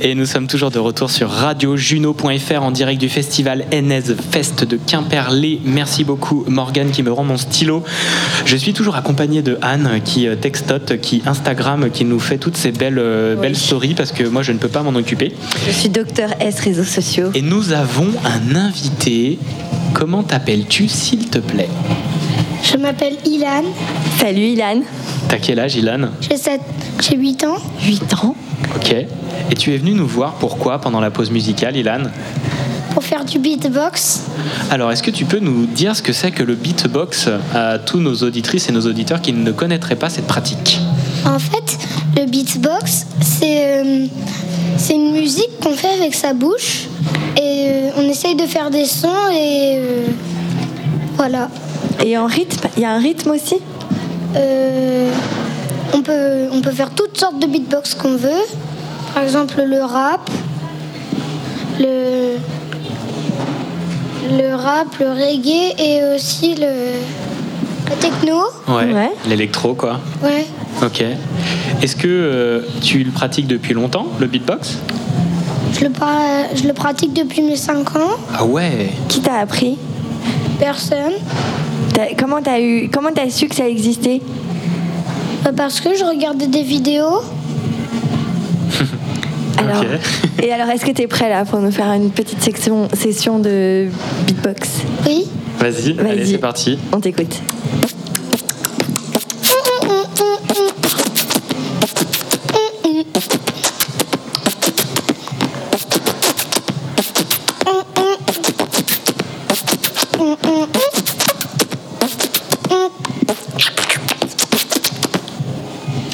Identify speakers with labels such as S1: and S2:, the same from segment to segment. S1: Et nous sommes toujours de retour sur radiojuno.fr en direct du festival NS Fest de Quimperlé. Merci beaucoup Morgane qui me rend mon stylo. Je suis toujours accompagné de Anne qui euh, textote, qui Instagram, qui nous fait toutes ces belles, euh,
S2: Oui.
S1: belles stories parce que moi je ne peux pas m'en occuper.
S2: Je suis docteur S réseaux sociaux.
S1: Et nous avons un invité. Comment t'appelles-tu s'il te plaît
S3: Je m'appelle Ilan,
S2: Salut Ilan.
S1: T'as quel âge Ilan
S3: j'ai sept- j'ai 8 ans.
S2: 8 ans.
S1: Ok. Et tu es venu nous voir pourquoi pendant la pause musicale Ilan
S3: Pour faire du beatbox,
S1: Alors, est-ce que tu peux nous dire ce que c'est que le beatbox à tous nos auditrices et nos auditeurs qui ne connaîtraient pas cette pratique
S3: en fait, le beatbox, c'est euh, c'est une musique qu'on fait avec sa bouche et euh, on essaye de faire des sons et euh, voilà.
S2: Et en rythme, il y a un rythme aussi
S3: Euh, on, peut, on peut faire toutes sortes de beatbox qu'on veut. Par exemple, le rap, le, le rap, le reggae et aussi le, la techno.
S2: Ouais.
S1: L'électro, quoi.
S3: Ouais.
S1: Ok. Est-ce que euh, tu le pratiques depuis longtemps, le beatbox
S3: Je le, pra- je le pratique depuis mes 5 ans.
S1: Ah ouais
S2: Qui t'a appris
S3: Personne.
S2: T'as- Comment t'as eu Comment t'as su que ça existait
S3: Bah, Parce que je regardais des vidéos.
S2: alors,
S1: Ok.
S2: Et alors, est-ce que t'es prêt là pour nous faire une petite section, session de beatbox
S3: Oui.
S1: Vas-y, allez,
S2: Vas-y.
S1: c'est parti.
S2: On t'écoute.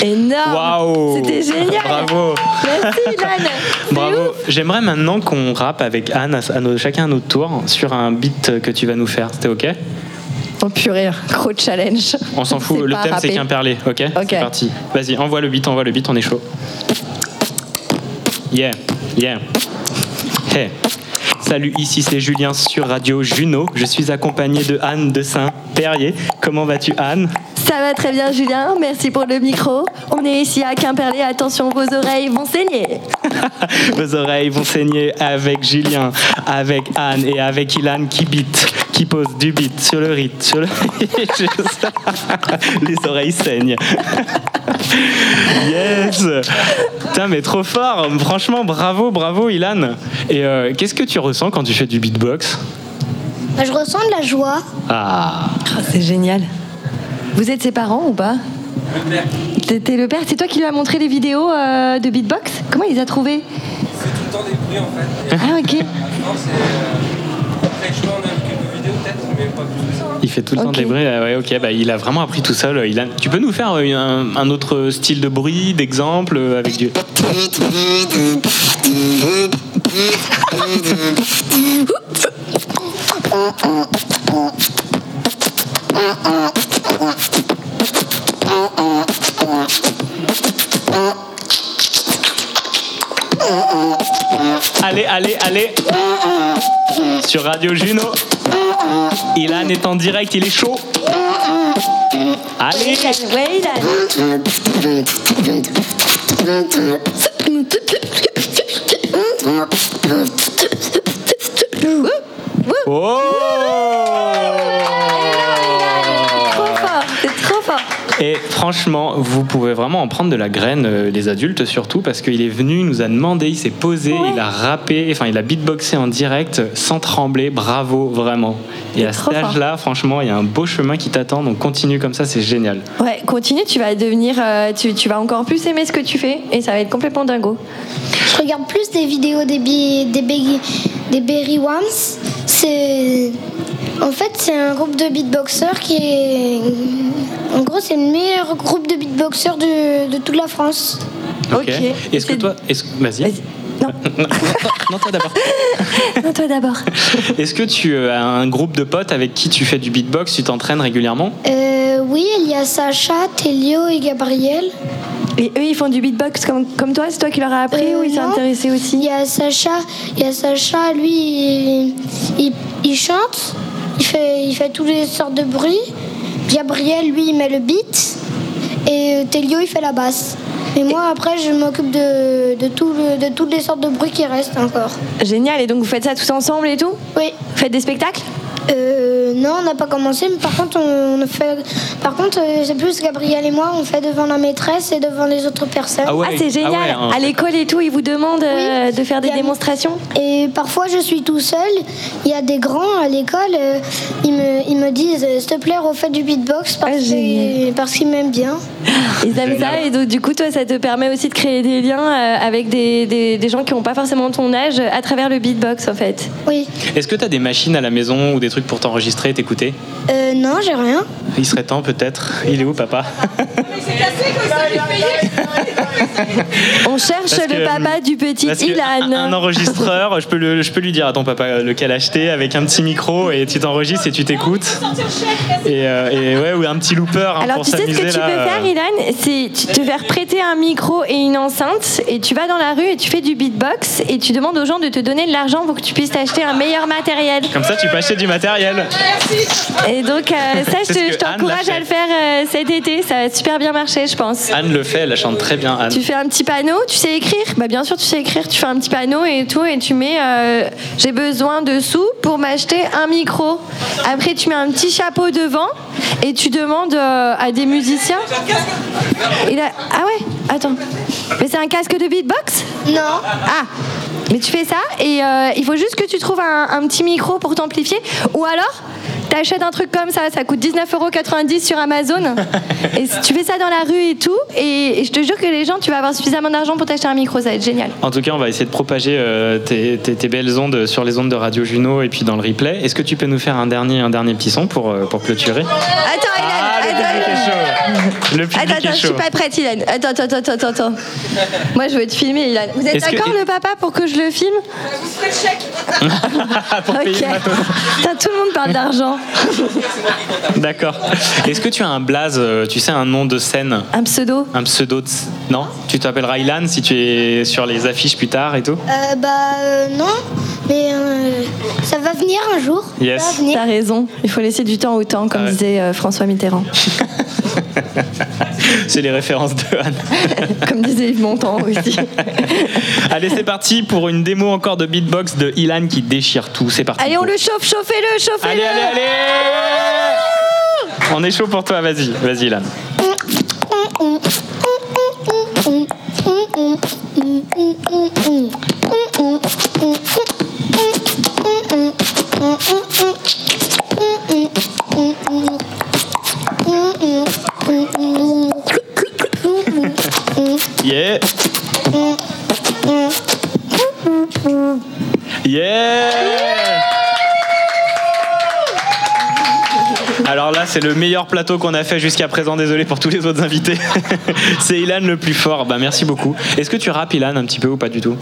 S2: Énorme
S1: Waouh
S2: Ah, C'était génial
S1: Bravo
S2: Merci Ilan C'est
S1: Bravo J'aimerais maintenant qu'on rappe avec Anne, à à nos- chacun à notre tour, sur un beat que tu vas nous faire. C'était ok
S2: Oh purée, gros challenge.
S1: On s'en fout,
S2: C'est
S1: le
S2: pas
S1: thème c'est
S2: râpé.
S1: qu'un perlé, ok
S2: Ok.
S1: C'est parti. Vas-y, envoie le beat, envoie le beat, on est chaud. Yeah, yeah. Hey. Salut, ici c'est Julien sur Radio Juno. Je suis accompagné de Anne de Saint-Perrier. Comment vas-tu, Anne
S2: Ça va très bien Julien, merci pour le micro. On est ici à Quimperlé, attention vos oreilles vont saigner.
S1: Vos oreilles vont saigner avec Julien, avec Anne et avec Ilan qui beat, qui pose du beat sur le rite. Sur le... Je- Les oreilles saignent. Yes Putain, mais trop fort Franchement, bravo, bravo Ilan Et euh, qu'est-ce que tu ressens quand tu fais du beatbox
S3: Bah, je ressens de la joie.
S1: Ah
S2: c'est génial. Vous êtes ses parents ou pas T'étais le père, c'est toi qui lui as montré les vidéos euh, de beatbox Comment il les a trouvées
S4: tout le temps des bruits en fait. Et
S2: Ah ok.
S4: à force, et, euh, après, je crois on a vu quelques vidéos peut-être, mais pas plus que ça.
S1: Il fait tout le temps
S2: Ok.
S1: des bruits. Ah ouais, ok, bah, il a vraiment appris tout seul. euh, Ilan. Tu peux nous faire euh, un, un autre style de bruit, d'exemple, euh, avec du. Allez, allez, allez Sur Radio Juno Ilan est en direct, il est chaud. Allez,
S2: Ouais, il a-
S1: oh
S2: Trop fort, c'est trop fort.
S1: Et franchement, vous pouvez vraiment en prendre de la graine, euh, les adultes surtout, parce qu'il est venu, il nous a demandé, il s'est posé, il a rappé, enfin il a beatboxé en direct sans trembler. Bravo, vraiment. Et à
S2: trop
S1: cet âge-là, franchement, il y a un beau chemin qui t'attend, donc continue comme ça, c'est génial.
S2: Ouais, continue, tu vas devenir, euh, tu, tu vas encore plus aimer ce que tu fais et ça va être complètement dingo.
S3: Je regarde plus des vidéos des, bi- des, Beggy- des Berry Ones. C'est. En fait, c'est un groupe de beatboxers qui est. En gros, c'est le meilleur groupe de beatboxers de, de toute la France.
S2: Ok.
S1: Est-ce que
S2: C'est-
S1: toi, est-ce- vas-y.
S2: Vas-y. Non,
S1: non, toi d'abord.
S2: non, toi d'abord.
S1: Est-ce que tu euh, as un groupe de potes avec qui tu fais du beatbox, tu t'entraînes régulièrement
S3: Euh, oui, il y a Sacha, Télio et Gabriel.
S2: Et eux, ils font du beatbox comme, comme toi, c'est toi qui leur as appris
S3: Euh,
S2: ou ils sont
S3: non.
S2: intéressés
S3: Il
S2: aussi
S3: y a Sacha, il y a Sacha lui, il, il- il chante, il fait, il fait toutes les sortes de bruits. Gabriel, lui, il met le beat. Et Télio, il euh, fait la basse. Et moi, après, je m'occupe de, de, tout le- de toutes les sortes de bruits qui restent encore.
S2: Génial. Et donc, vous faites ça tous ensemble et tout
S3: Oui.
S2: Vous faites des spectacles
S3: Euh, non, on n'a pas commencé, mais par contre, on, on fait. Par contre, euh, c'est plus Gabriel et moi, on fait devant la maîtresse et devant les autres personnes.
S1: Ah ouais.
S2: Ah, c'est génial.
S1: ouais, hein.
S2: À l'école et tout, ils vous demandent euh, de faire des
S3: Il y a-
S2: démonstrations
S3: Et parfois, je suis tout seul. Il y a des grands à l'école, euh, ils, me, ils me disent euh, S'il te plaît, refais du beatbox parce
S2: Ah, génial.
S3: que- parce qu'ils m'aiment bien.
S2: Ils aiment ça
S1: Génial.
S2: et donc du coup toi ça te permet aussi de créer des liens euh, avec des, des- des gens qui n'ont pas forcément ton âge euh, à travers le beatbox en fait.
S3: Oui.
S1: Est-ce que t'as des machines à la maison ou des trucs pour t'enregistrer et t'écouter
S3: Euh, non, j'ai rien.
S1: Il serait temps peut-être. Il est où papa
S2: On cherche
S1: Parce
S2: le
S1: que, hum,
S2: papa du petit
S1: Parce que
S2: Ilan.
S1: un- Un enregistreur, je peux, le- je peux lui dire à ton papa lequel acheter avec un petit micro et tu t'enregistres et tu t'écoutes. Et, euh, et ouais, ou un petit looper. hein,
S2: Alors
S1: pour
S2: tu sais ce que
S1: s'amuser,
S2: tu peux
S1: là,
S2: faire
S1: euh.
S2: Ilan C'est tu- te faire prêter un micro et une enceinte et tu vas dans la rue et tu fais du beatbox et tu demandes aux gens de te donner de l'argent pour que tu puisses t'acheter un meilleur matériel.
S1: Comme ça, tu peux acheter du matériel.
S2: Et donc euh, ça je
S1: C'est ce
S2: te-
S1: que
S2: je
S1: Anne
S2: t'encourage
S1: l'a
S2: à le faire euh, cet été, ça a super bien marché je pense.
S1: Anne le fait, elle chante très bien, Anne.
S2: Tu fais un petit panneau, tu sais écrire Bah bien sûr, tu sais écrire. Tu fais un petit panneau et tout, et tu mets euh, j'ai besoin de sous pour m'acheter un micro. Après, tu mets un petit chapeau devant et tu demandes euh, à des musiciens. Et là- ah ouais, attends. Mais c'est un casque de beatbox
S3: Non.
S2: Ah. Mais tu fais ça et euh, il faut juste que tu trouves un, un petit micro pour t'amplifier. Ou alors, t'achètes un truc comme ça, ça coûte 19,90€ sur Amazon. et si tu fais ça dans la rue et tout. Et, et je te jure que les gens, tu vas avoir suffisamment d'argent pour t'acheter un micro, ça va être génial.
S1: En tout cas, on va essayer de propager euh, tes, tes- tes belles ondes sur les ondes de Radio Juno et puis dans le replay. Est-ce que tu peux nous faire un dernier, un dernier petit son pour, euh, pour clôturer
S2: Attends, Hélène,
S1: Ah, le
S2: attends,
S1: public
S2: Hélène.
S1: est chaud. Le public
S2: Attends, attends,
S1: est
S2: je
S1: chaud.
S2: suis pas prête, Ilan. Attends, attends, attends, attends, attends. Moi, je veux te filmer, Ilan. Vous êtes
S1: Est-ce que-
S2: d'accord, le papa, pour que je le filme
S1: Pour
S2: Ok.
S1: payer le matos.
S2: Putain, tout le monde parle d'argent.
S1: D'accord. Est-ce que tu as un blaze, euh, tu sais, un nom de scène
S2: Un pseudo.
S1: un pseudo de... Non Tu t'appelleras Ilan si tu es sur les affiches plus tard et tout
S3: Euh, bah, euh, non. Mais euh, ça va venir un jour.
S1: Yes.
S3: Ça va venir.
S2: T'as raison, il faut laisser du temps au temps, comme
S1: Ah Ouais.
S2: disait euh, François Mitterrand.
S1: C'est les références de Anne.
S2: Comme disait Yves Montand aussi.
S1: Allez, c'est parti pour une démo encore de beatbox de Ilan qui déchire tout. C'est parti.
S2: Allez, on le chauffe, chauffez-le,
S1: Allez,
S2: chauffez-le
S1: allez, allez On est chaud pour toi, vas-y, vas-y Ilan. Yeah Yeah Alors là, c'est le meilleur plateau qu'on a fait jusqu'à présent. Désolé pour tous les autres invités. c'est Ilan le plus fort. Bah, merci beaucoup. Est-ce que tu rappes Ilan un petit peu ou pas du tout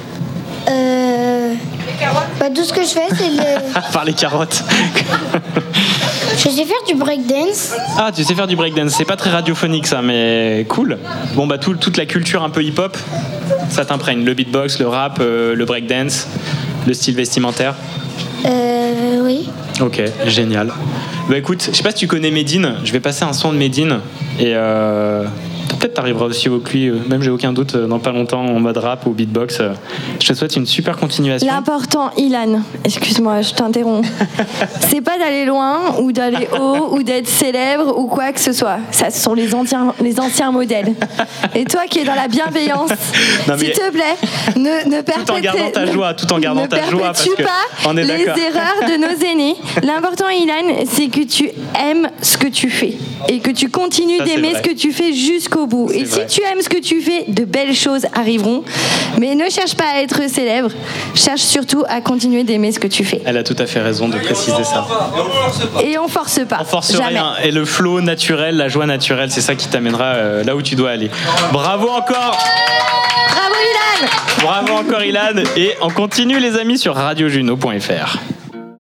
S3: Euh, bah, tout ce que je fais, c'est le.
S1: À part Ah, les carottes.
S3: Je sais faire du breakdance.
S1: Ah, tu sais faire du breakdance. C'est pas très radiophonique ça, mais cool. Bon, bah, tout- toute la culture un peu hip-hop, ça t'imprègne. Le beatbox, le rap, euh, le breakdance, le style vestimentaire.
S3: Euh, oui.
S1: Ok, génial. Bah écoute, je sais pas si tu connais Medine, je vais passer un son de Medine et euh, peut-être t'arriveras aussi au cli, euh, même j'ai aucun doute, euh, dans pas longtemps en mode rap ou beatbox. euh. Je te souhaite une super continuation.
S2: L'important, Ilan, excuse-moi, je t'interromps, c'est pas d'aller loin ou d'aller haut ou d'être célèbre ou quoi que ce soit. Ça, ce sont les anciens, les anciens modèles. Et toi qui es dans la bienveillance,
S1: Non, mais-
S2: s'il te plaît, ne, ne perpétue,
S1: gardant ta joie, tout en gardant
S2: ne
S1: ta joie, parce
S2: perpétue
S1: que
S2: pas
S1: on est
S2: les
S1: d'accord.
S2: erreurs de nos aînés. L'important, Ilan, c'est que tu aimes ce que tu fais et que tu continues
S1: Ça, c'est
S2: d'aimer
S1: vrai.
S2: ce que tu fais jusqu'au bout. Et
S1: vrai.
S2: si tu aimes ce que tu fais, de belles choses arriveront. Mais ne cherche pas à être célèbre. Cherche surtout à continuer d'aimer ce que tu fais.
S1: Elle a tout à fait raison de préciser ça.
S4: Et on force pas.
S2: Et on force pas.
S1: On force
S2: Jamais.
S1: rien et le flow naturel, la joie naturelle, c'est ça qui t'amènera euh, là où tu dois aller. Bravo encore
S2: Bravo Ilan
S1: Bravo encore Ilan et on continue les amis sur radiojuno.fr.